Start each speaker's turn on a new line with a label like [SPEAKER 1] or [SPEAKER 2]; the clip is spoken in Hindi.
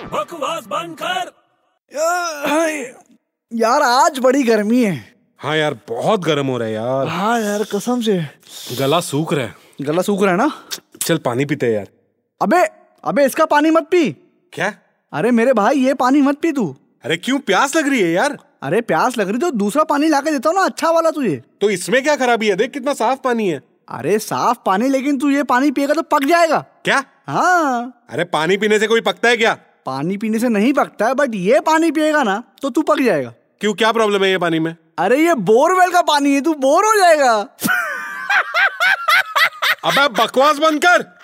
[SPEAKER 1] आवाज बंद कर
[SPEAKER 2] यार आज बड़ी गर्मी है
[SPEAKER 3] हाँ यार बहुत गर्म हो रहा है यार
[SPEAKER 2] हाँ यार कसम से
[SPEAKER 3] गला सूख रहा है
[SPEAKER 2] गला सूख रहा है ना
[SPEAKER 3] चल पानी पीते हैं यार
[SPEAKER 2] अबे अबे इसका पानी मत पी
[SPEAKER 3] क्या
[SPEAKER 2] अरे मेरे भाई ये पानी मत पी तू
[SPEAKER 3] अरे क्यों प्यास लग रही है यार
[SPEAKER 2] अरे प्यास लग रही तो दूसरा पानी ला के देता हूँ ना अच्छा वाला तुझे
[SPEAKER 3] तो इसमें क्या खराबी है देख कितना साफ पानी है
[SPEAKER 2] अरे साफ पानी लेकिन तू ये पानी पिएगा तो पक जाएगा
[SPEAKER 3] क्या
[SPEAKER 2] हाँ
[SPEAKER 3] अरे पानी पीने से कोई पकता है क्या
[SPEAKER 2] पानी पीने से नहीं पकता है बट ये पानी पिएगा ना तो तू पक जाएगा
[SPEAKER 3] क्यों क्या प्रॉब्लम है ये पानी में
[SPEAKER 2] अरे ये बोरवेल का पानी है तू बोर हो जाएगा
[SPEAKER 3] अबे बकवास बंद कर